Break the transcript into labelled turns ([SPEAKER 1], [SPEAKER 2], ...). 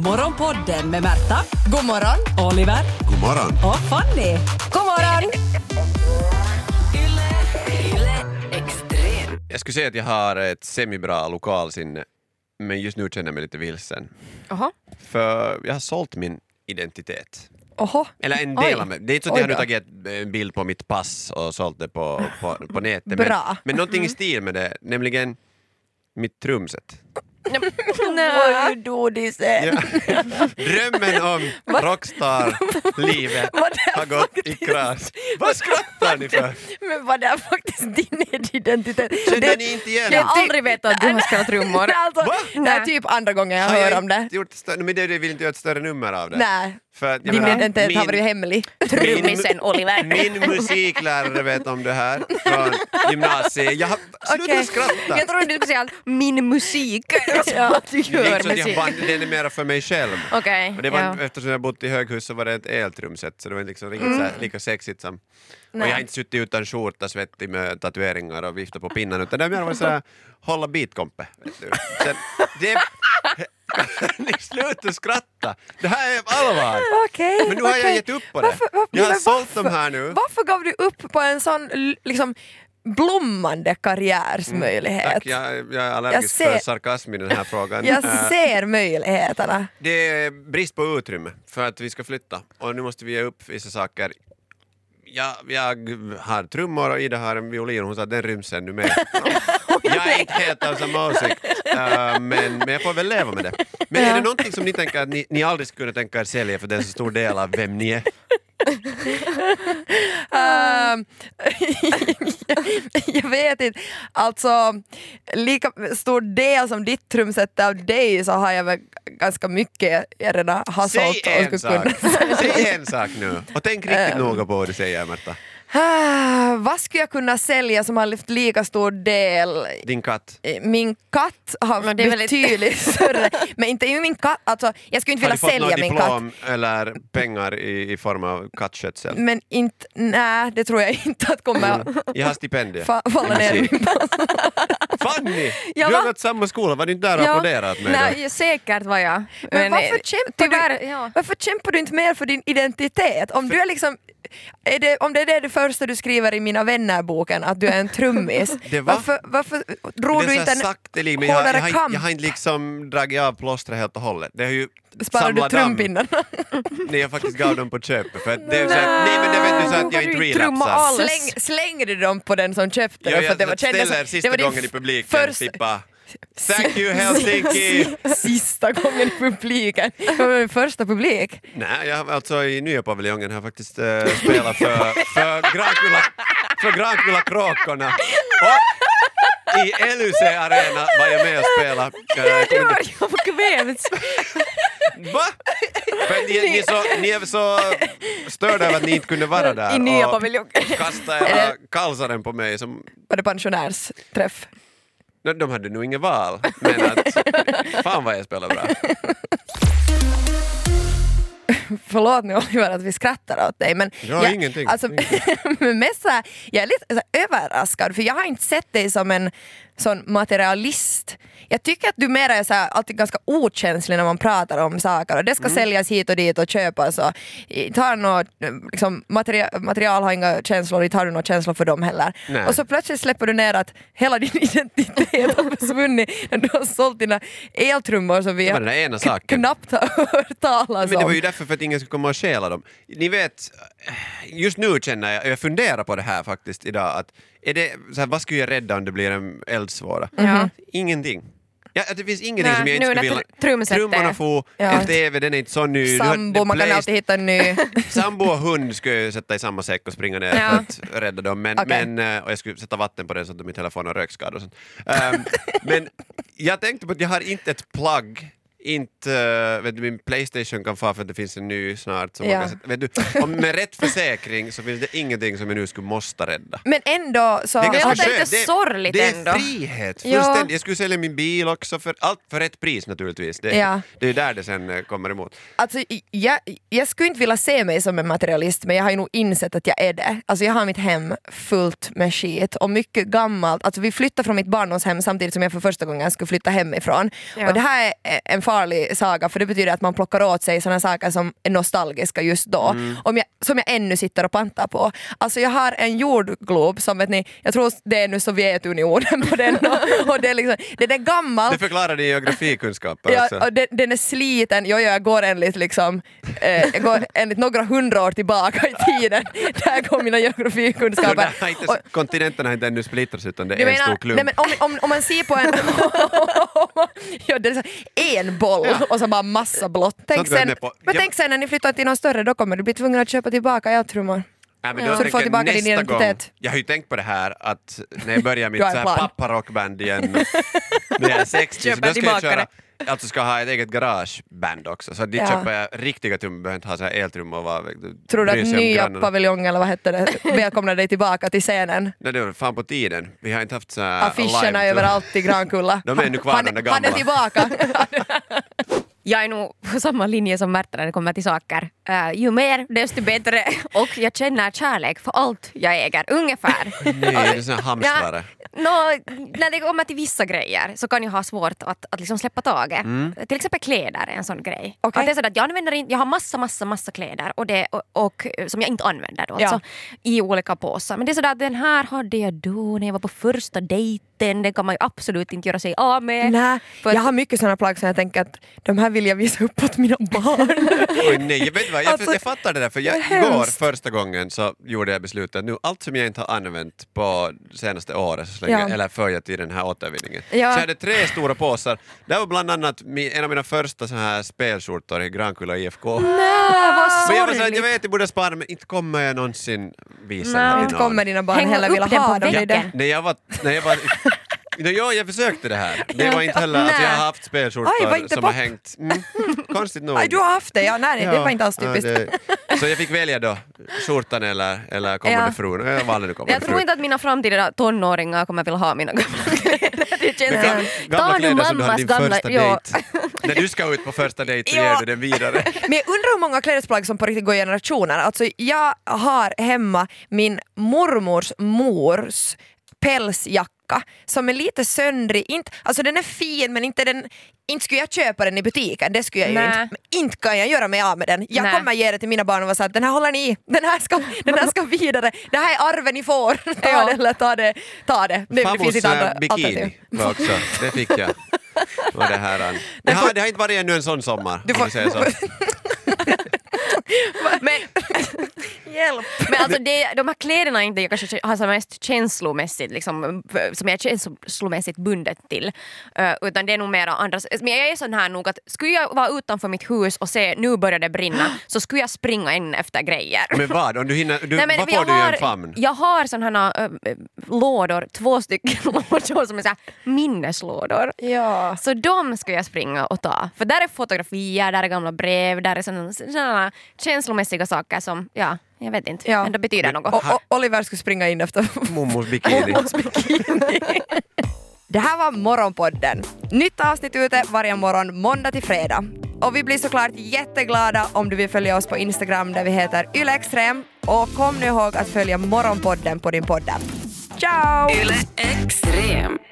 [SPEAKER 1] Morgonpodden med Märta,
[SPEAKER 2] God morgon!
[SPEAKER 1] Oliver
[SPEAKER 3] God morgon.
[SPEAKER 1] och Fanny.
[SPEAKER 2] God morgon!
[SPEAKER 4] Jag skulle säga att jag har ett semibra lokalsinne, men just nu känner jag mig lite vilsen.
[SPEAKER 2] Oho.
[SPEAKER 4] För jag har sålt min identitet.
[SPEAKER 2] Oho.
[SPEAKER 4] Eller en
[SPEAKER 2] Oj.
[SPEAKER 4] del av mig. Det är inte så att jag
[SPEAKER 2] Oj
[SPEAKER 4] har
[SPEAKER 2] då.
[SPEAKER 4] tagit en bild på mitt pass och sålt det på, på, på nätet.
[SPEAKER 2] Bra. Mm.
[SPEAKER 4] Men, men någonting i stil med det, nämligen mitt trumset.
[SPEAKER 2] Nej. Oj, då det sen.
[SPEAKER 4] Ja. Drömmen om rockstar-livet
[SPEAKER 2] Vad det
[SPEAKER 4] har gått i
[SPEAKER 2] faktiskt-
[SPEAKER 4] kras. Vad skrattar ni för?
[SPEAKER 2] Men vad det är faktiskt din identitet?
[SPEAKER 4] Känner ni inte igen?
[SPEAKER 5] Jag har aldrig vetat att du har spelat trummor.
[SPEAKER 2] Nej, alltså,
[SPEAKER 4] Va?
[SPEAKER 2] det är typ andra gången jag hör
[SPEAKER 4] jag
[SPEAKER 2] om det.
[SPEAKER 4] inte Gjort större, men det det vill inte göra ett större nummer av det.
[SPEAKER 2] Nej,
[SPEAKER 4] För att, jag
[SPEAKER 2] din
[SPEAKER 4] menar,
[SPEAKER 2] identitet har
[SPEAKER 4] min-
[SPEAKER 2] varit hemlig.
[SPEAKER 4] Min-
[SPEAKER 5] Trummisen Oliver.
[SPEAKER 4] Min musiklärare vet om det här från gymnasiet. Jag har, sluta
[SPEAKER 2] Okej.
[SPEAKER 4] skratta!
[SPEAKER 5] Jag trodde du skulle säga allt min musik. Som att du
[SPEAKER 4] Det är
[SPEAKER 5] gör
[SPEAKER 4] inte så att jag
[SPEAKER 5] musik.
[SPEAKER 4] band, den är mera för mig själv.
[SPEAKER 5] Okej.
[SPEAKER 4] Och det var,
[SPEAKER 5] ja.
[SPEAKER 4] Eftersom jag bott i höghus så var det ett eltrumset så det var liksom riktigt så här, lika sexigt som... Och jag har inte suttit utan skjorta svettig med tatueringar och viftat på pinnen utan det har mer varit såhär hålla bitkompe. vet du. Sen, det, ni slutar skratta! Det här är allvar!
[SPEAKER 2] Okej.
[SPEAKER 4] Men nu har jag
[SPEAKER 2] okej.
[SPEAKER 4] gett upp på det.
[SPEAKER 2] Varför- varför-
[SPEAKER 4] Jag har
[SPEAKER 2] men
[SPEAKER 4] sålt
[SPEAKER 2] varför-
[SPEAKER 4] de här nu.
[SPEAKER 2] Varför gav du upp på en sån l- liksom, blommande karriärsmöjlighet?
[SPEAKER 4] Mm, Tack, jag, jag är
[SPEAKER 2] Jag
[SPEAKER 4] allergisk
[SPEAKER 2] ser-
[SPEAKER 4] för sarkasm i den här frågan. Eh,
[SPEAKER 2] Jag ser möjligheterna.
[SPEAKER 4] Det är brist på utrymme för att vi ska flytta och nu måste vi ge upp vissa saker. Jag, jag har trummor och Ida har en violin och hon sa att den ryms ännu mer. jag är inte helt av samma åsikt eh, men, men jag får väl leva med det. Men är det någonting som ni tänker att ni, ni aldrig skulle kunna tänka er sälja för det är en så stor del av vem ni är?
[SPEAKER 2] Ehm, jag vet inte. Alltså, lika stor del som ditt trumset är av dig så har jag väl ganska mycket jag redan har sålt.
[SPEAKER 4] Säg
[SPEAKER 2] och skulle
[SPEAKER 4] en sak!
[SPEAKER 2] kunna-
[SPEAKER 4] Säg en sak nu! Och tänk riktigt noga på vad du säger Märta.
[SPEAKER 2] Ah, Vad skulle jag kunna sälja som har lyft lika stor del?
[SPEAKER 4] Din katt.
[SPEAKER 2] Eh, Min katt har
[SPEAKER 5] Men det är väl inte-
[SPEAKER 2] betydligt större, men inte ju min katt, alltså jag skulle inte
[SPEAKER 4] Har du
[SPEAKER 2] vilja
[SPEAKER 4] fått
[SPEAKER 2] sälja
[SPEAKER 4] något
[SPEAKER 2] min katt.
[SPEAKER 4] diplom eller pengar i, i form av kattskötsel?
[SPEAKER 2] Men inte, nej det tror jag inte att kommer
[SPEAKER 4] Jag har stipendier.
[SPEAKER 2] fa- falla ner i
[SPEAKER 4] Musik.
[SPEAKER 2] min panna.
[SPEAKER 4] Fanny!
[SPEAKER 5] Ja,
[SPEAKER 4] du har
[SPEAKER 5] va?
[SPEAKER 4] gått samma skola, var du inte där och applåderat mig då?
[SPEAKER 5] Nej, säkert var jag.
[SPEAKER 2] Men
[SPEAKER 5] eh,
[SPEAKER 2] varför kämpar,
[SPEAKER 5] tyvärr,
[SPEAKER 2] du,
[SPEAKER 5] ja.
[SPEAKER 2] varför kämpar du inte mer för din identitet? Om, du är liksom, är det, om det är det, det första du skriver i Mina vänner-boken, att du är en trummis,
[SPEAKER 4] Det var-
[SPEAKER 2] varför, varför drog
[SPEAKER 4] Men
[SPEAKER 2] du
[SPEAKER 4] Det är
[SPEAKER 2] inte
[SPEAKER 4] så
[SPEAKER 2] en
[SPEAKER 4] saktelig, men jag,
[SPEAKER 2] hårdare
[SPEAKER 4] jag, har, inte-
[SPEAKER 2] kamp?
[SPEAKER 4] jag har inte liksom dragit av plåstret helt och hållet. Det har ju
[SPEAKER 2] Sparar du
[SPEAKER 4] samlat damm.
[SPEAKER 2] trumpinnarna?
[SPEAKER 4] Nej, jag faktiskt gav dem på köpet. För att det är så här, nej men det vet du så att
[SPEAKER 5] Vågar
[SPEAKER 4] jag
[SPEAKER 5] du
[SPEAKER 4] inte
[SPEAKER 5] inte trumma
[SPEAKER 4] relapsar.
[SPEAKER 5] all-
[SPEAKER 2] Släng, slängde du dem på den som köpte
[SPEAKER 4] Jag,
[SPEAKER 2] det? För att det var,
[SPEAKER 4] jag
[SPEAKER 2] kändes som-
[SPEAKER 4] ställer
[SPEAKER 2] det
[SPEAKER 4] sista
[SPEAKER 2] var din
[SPEAKER 4] gången i publiken, typ.
[SPEAKER 2] först-
[SPEAKER 4] tippa. Thank you Helsinki!
[SPEAKER 2] Sista gången i publiken. Det var min första publik.
[SPEAKER 4] Nej, jag, har- alltså i nya paviljongen har jag faktiskt eh, spelat för, för Grankulla, för Grankulla Kråkorna. Och i LUC Arena var jag med och spelade. Eh, jag kommer inte-
[SPEAKER 5] Jag har kvävts.
[SPEAKER 4] Va? För ni, ni, är så, ni är så störda över att ni inte kunde vara där.
[SPEAKER 5] I nya
[SPEAKER 4] och
[SPEAKER 5] paviljongen.
[SPEAKER 4] Kasta era kalsaren på mig. Som,
[SPEAKER 2] Var det pensionärsträff?
[SPEAKER 4] no, de hade nog inget val. Men att, fan vad jag spelar bra.
[SPEAKER 2] Förlåt nu Oliver att vi skrattar åt dig men
[SPEAKER 4] Ja, ingenting.
[SPEAKER 2] Alltså, men mest så här, jag är lite så här, överraskad för jag har inte sett dig som en sån materialist. Jag tycker att du mera är så här, alltid ganska okänslig när man pratar om saker och det
[SPEAKER 4] Mm.
[SPEAKER 2] ska säljas hit och dit och köpas och inte har något, liksom, material, material har inga känslor, inte har du några känslor för dem heller.
[SPEAKER 4] Nej.
[SPEAKER 2] Och så plötsligt släpper du ner att hela din identitet har försvunnit när du har sålt dina eltrummor som vi
[SPEAKER 4] Det var den där ena saken.
[SPEAKER 2] knappt har hört talas
[SPEAKER 4] Men det
[SPEAKER 2] om.
[SPEAKER 4] var ju därför för att ingen skulle komma och stjäla dem. Ni vet, just nu känner jag, jag funderar på det här faktiskt idag, att är det, så här, vad skulle jag rädda om det blir en eldsvåra?
[SPEAKER 5] Ja.
[SPEAKER 4] Ingenting. Ja, det finns ingenting
[SPEAKER 5] Nej,
[SPEAKER 4] som jag
[SPEAKER 5] nu
[SPEAKER 4] inte skulle
[SPEAKER 5] när
[SPEAKER 4] vilja...
[SPEAKER 5] tr- trumset är-
[SPEAKER 4] Trummorna får,
[SPEAKER 2] Ja.
[SPEAKER 4] en TV, den är inte så ny. Du har-
[SPEAKER 2] Sambo,
[SPEAKER 4] det
[SPEAKER 2] man kan
[SPEAKER 4] Playsta-
[SPEAKER 2] alltid hitta en ny.
[SPEAKER 4] Sambo och hund skulle jag sätta i samma säck och springa ner
[SPEAKER 5] Ja.
[SPEAKER 4] för att rädda dem. Men,
[SPEAKER 2] Okej.
[SPEAKER 4] men, eh, och jag skulle sätta vatten på den så att de inte heller får några rökskador. och sånt. Ehm, men jag tänkte på att jag har inte ett plagg inte, eh, vet du, min Playstation kan få för att det finns en ny snart. Som
[SPEAKER 2] Ja.
[SPEAKER 4] man kan sätta, vet du, och med rätt försäkring så finns det ingenting som jag nu skulle måste rädda.
[SPEAKER 2] Men ändå så...
[SPEAKER 4] Det är ganska
[SPEAKER 5] låter
[SPEAKER 4] skönt.
[SPEAKER 5] lite
[SPEAKER 4] Det-
[SPEAKER 5] sorgligt
[SPEAKER 4] Det är
[SPEAKER 5] ändå.
[SPEAKER 4] frihet!
[SPEAKER 2] Ja.
[SPEAKER 4] fullständigt. Jag skulle sälja min bil också, för, allt för rätt pris naturligtvis. Det,
[SPEAKER 2] Ja.
[SPEAKER 4] det är där det sen eh, kommer emot.
[SPEAKER 2] Alltså, jag, jag skulle inte vilja se mig som en materialist men jag har ju nog insett att jag är det. Alltså, jag har mitt hem fullt med skit och mycket gammalt. Alltså, vi flyttade från mitt barndomshem samtidigt som jag för första gången skulle flytta hemifrån.
[SPEAKER 5] Ja.
[SPEAKER 2] Och det här är en farlig saga för det betyder att man plockar åt sig såna saker som är nostalgiska just då. Om jag, som jag ännu sitter och pantar på. Alltså jag har en jordglob som vet ni, jag tror det är nu Sovjetunionen på den och, och det är liksom, den är gammal
[SPEAKER 4] Det förklarar din alltså. geografikunskaper
[SPEAKER 2] Ja,
[SPEAKER 4] också.
[SPEAKER 2] och den, den är sliten, jo, jo, jag går enligt, liksom, eh, jag går enligt några hundra år tillbaka i tiden. Där går mina
[SPEAKER 4] Så
[SPEAKER 2] geografikunskaper.
[SPEAKER 4] det har inte,
[SPEAKER 2] Och-
[SPEAKER 4] kontinenterna har inte ännu splittrats utan det är
[SPEAKER 2] du
[SPEAKER 4] en stor
[SPEAKER 2] menar,
[SPEAKER 4] klump.
[SPEAKER 2] nej, men om, om, om man ser på en, ja, det är så, en boll och så bara massa blått. Tänk
[SPEAKER 4] Sånt går jag
[SPEAKER 2] sen,
[SPEAKER 4] med på.
[SPEAKER 2] men
[SPEAKER 4] Jag-
[SPEAKER 2] tänk sen när ni flyttar till något större, då kommer du bli tvungen att köpa tillbaka eltrummor.
[SPEAKER 4] Nej, men
[SPEAKER 2] Ja.
[SPEAKER 4] då
[SPEAKER 2] Så du
[SPEAKER 4] tänker
[SPEAKER 2] får
[SPEAKER 4] jag
[SPEAKER 2] tillbaka din
[SPEAKER 4] nästa gång-
[SPEAKER 2] identitet.
[SPEAKER 4] Jag har ju tänkt på det här att när jag börjar mitt
[SPEAKER 2] Du har en
[SPEAKER 4] så här
[SPEAKER 2] plan.
[SPEAKER 4] papparockband igen när jag är 60 så
[SPEAKER 5] Köpa
[SPEAKER 4] då ska jag
[SPEAKER 5] tillbaka
[SPEAKER 4] köra Alltså ska ha ett eget garageband också, så dit
[SPEAKER 2] Ja.
[SPEAKER 4] köper jag riktiga trummor, behöver inte ha så här eltrummor och vara...
[SPEAKER 2] Tror du
[SPEAKER 4] bry
[SPEAKER 2] att
[SPEAKER 4] sig om
[SPEAKER 2] nya
[SPEAKER 4] grannarna.
[SPEAKER 2] paviljongen eller vad hette det, välkomnar dig tillbaka till scenen?
[SPEAKER 4] Nej det var fan på tiden, vi har inte haft så här
[SPEAKER 2] Affischerna
[SPEAKER 4] live-trummor.
[SPEAKER 2] överallt i Grankulla.
[SPEAKER 4] De är nu kvar,
[SPEAKER 2] han,
[SPEAKER 4] de där
[SPEAKER 2] han är
[SPEAKER 4] gamla.
[SPEAKER 2] tillbaka.
[SPEAKER 5] Jag är nog på samma linje som Märta när det kommer till saker. Eh, ju mer desto bättre och jag känner kärlek för allt jag äger ungefär.
[SPEAKER 4] Nej, det är sån här hamstrare.
[SPEAKER 5] nå, när det kommer till vissa grejer så kan jag ha svårt att, att liksom släppa taget.
[SPEAKER 4] Mm.
[SPEAKER 5] Till exempel kläder är en sån grej.
[SPEAKER 2] Okej.
[SPEAKER 5] Att det är så att jag, använder in, jag har massa, massa, massa kläder och det, och, och, som jag inte använder då,
[SPEAKER 2] Ja.
[SPEAKER 5] alltså, i olika påsar. Men det är så att den här hade jag då när jag var på första dejten. Den kan man ju absolut inte göra sig av med.
[SPEAKER 2] Nej,
[SPEAKER 5] För att-
[SPEAKER 2] jag har mycket såna plagg som jag tänker att de här vill jag visa upp åt mina barn.
[SPEAKER 4] Oj, nej, jag, vet vad, jag,
[SPEAKER 2] Alltså,
[SPEAKER 4] jag fattar det där, för jag,
[SPEAKER 2] vad hemskt.
[SPEAKER 4] igår första gången så gjorde jag beslutet att nu allt som jag inte har använt på senaste året, så slänger,
[SPEAKER 2] Ja.
[SPEAKER 4] eller för jag till den här återvinningen.
[SPEAKER 5] Ja.
[SPEAKER 4] Så jag hade tre stora påsar, där var bland annat mi- en av mina första så här spelskjortor i Grankulla IFK.
[SPEAKER 5] Ah, vad
[SPEAKER 4] Men jag var så här, jag
[SPEAKER 5] sorgligt!
[SPEAKER 4] vet jag borde spara men inte kommer jag någonsin visa
[SPEAKER 5] Nej.
[SPEAKER 4] den här
[SPEAKER 2] Inte
[SPEAKER 4] till
[SPEAKER 2] kommer
[SPEAKER 4] någon.
[SPEAKER 2] dina barn
[SPEAKER 5] Hänga
[SPEAKER 2] heller
[SPEAKER 5] upp
[SPEAKER 2] vilja
[SPEAKER 5] den på
[SPEAKER 2] ha dem. det är
[SPEAKER 5] väggen.
[SPEAKER 2] det.
[SPEAKER 4] När jag var... När jag var Nej, ja, jag försökte det här. Det var inte heller, alltså, jag har haft spelskjortor
[SPEAKER 2] Aj, var inte
[SPEAKER 4] som
[SPEAKER 2] pop.
[SPEAKER 4] har hängt. Mm, konstigt nog.
[SPEAKER 2] Aj, du har haft det, ja, nej, nej, det
[SPEAKER 4] Ja,
[SPEAKER 2] var inte alls
[SPEAKER 4] ja,
[SPEAKER 2] typiskt.
[SPEAKER 4] det- så jag fick välja då, skjortan eller, eller kommande
[SPEAKER 5] Ja.
[SPEAKER 4] frun. Jag valde nu kommande
[SPEAKER 5] Jag tror
[SPEAKER 4] frun.
[SPEAKER 5] inte att mina framtida tonåringar kommer vilja ha mina gamla kläder. Det känns
[SPEAKER 4] Gam-
[SPEAKER 5] som...
[SPEAKER 4] Gamla
[SPEAKER 5] Ta nu
[SPEAKER 4] kläder som du hade
[SPEAKER 5] mammas
[SPEAKER 4] din
[SPEAKER 5] gamla...
[SPEAKER 4] första
[SPEAKER 5] Ja.
[SPEAKER 4] dejt. När du ska ut på första dejt så
[SPEAKER 2] Ja.
[SPEAKER 4] ger du den vidare.
[SPEAKER 2] Men jag undrar hur många klädesplagg som på riktigt går i generationer. Alltså jag har hemma min mormors mors pälsjacka som är lite söndrig, inte, alltså den är fin men inte, den, inte skulle jag köpa den i butiken, det skulle jag
[SPEAKER 5] Nej.
[SPEAKER 2] ju inte. Men inte kan jag göra mig av med den. Jag
[SPEAKER 5] Nej.
[SPEAKER 2] kommer ge det till mina barn och vara så att den här håller ni i, den här ska, den här ska vidare, det här är arven ni får. Ta
[SPEAKER 5] Ja.
[SPEAKER 2] det eller ta det. Ta det. Det, det
[SPEAKER 4] Famos
[SPEAKER 2] finns inte
[SPEAKER 4] eh,
[SPEAKER 2] andra alternativ.
[SPEAKER 4] bikini var också, det fick jag. Och det, här, eh, det, har, det har inte varit ännu en sån sommar.
[SPEAKER 2] Du
[SPEAKER 4] om
[SPEAKER 2] får-
[SPEAKER 4] vi säger så.
[SPEAKER 5] Men,
[SPEAKER 2] Hjälp!
[SPEAKER 5] men alltså det, de här kläderna är inte jag kanske har som mest känslomässigt, liksom, som jag är känslomässigt bundet till. Eh, utan det är nog mera andra... Men jag är sån här nog att skulle jag vara utanför mitt hus och se nu börjar det brinna så skulle jag springa in efter grejer.
[SPEAKER 4] Men vad, om du hinner, du,
[SPEAKER 5] Nej, men
[SPEAKER 4] vad
[SPEAKER 5] jag
[SPEAKER 4] får du i
[SPEAKER 5] har-
[SPEAKER 4] en famn?
[SPEAKER 5] Jag har sådana här äh, lådor, två stycken lådor som är så här minneslådor.
[SPEAKER 2] Ja.
[SPEAKER 5] Så de ska jag springa och ta. För där är fotografier, där är gamla brev, där är sådana, sådana känslomässiga saker som, ja, jag vet inte,
[SPEAKER 2] Ja.
[SPEAKER 5] ändå betyder något.
[SPEAKER 2] Och, och Oliver skulle springa in efter
[SPEAKER 4] Mommos bikini.
[SPEAKER 2] Det här var Morgonpodden. Nytt avsnitt ute varje morgon måndag till fredag. Och vi blir såklart jätteglada om du vill följa oss på Instagram där vi heter ylextrem. Och kom nu ihåg att följa Morgonpodden på din podd. Ciao!
[SPEAKER 3] Yle Extrem.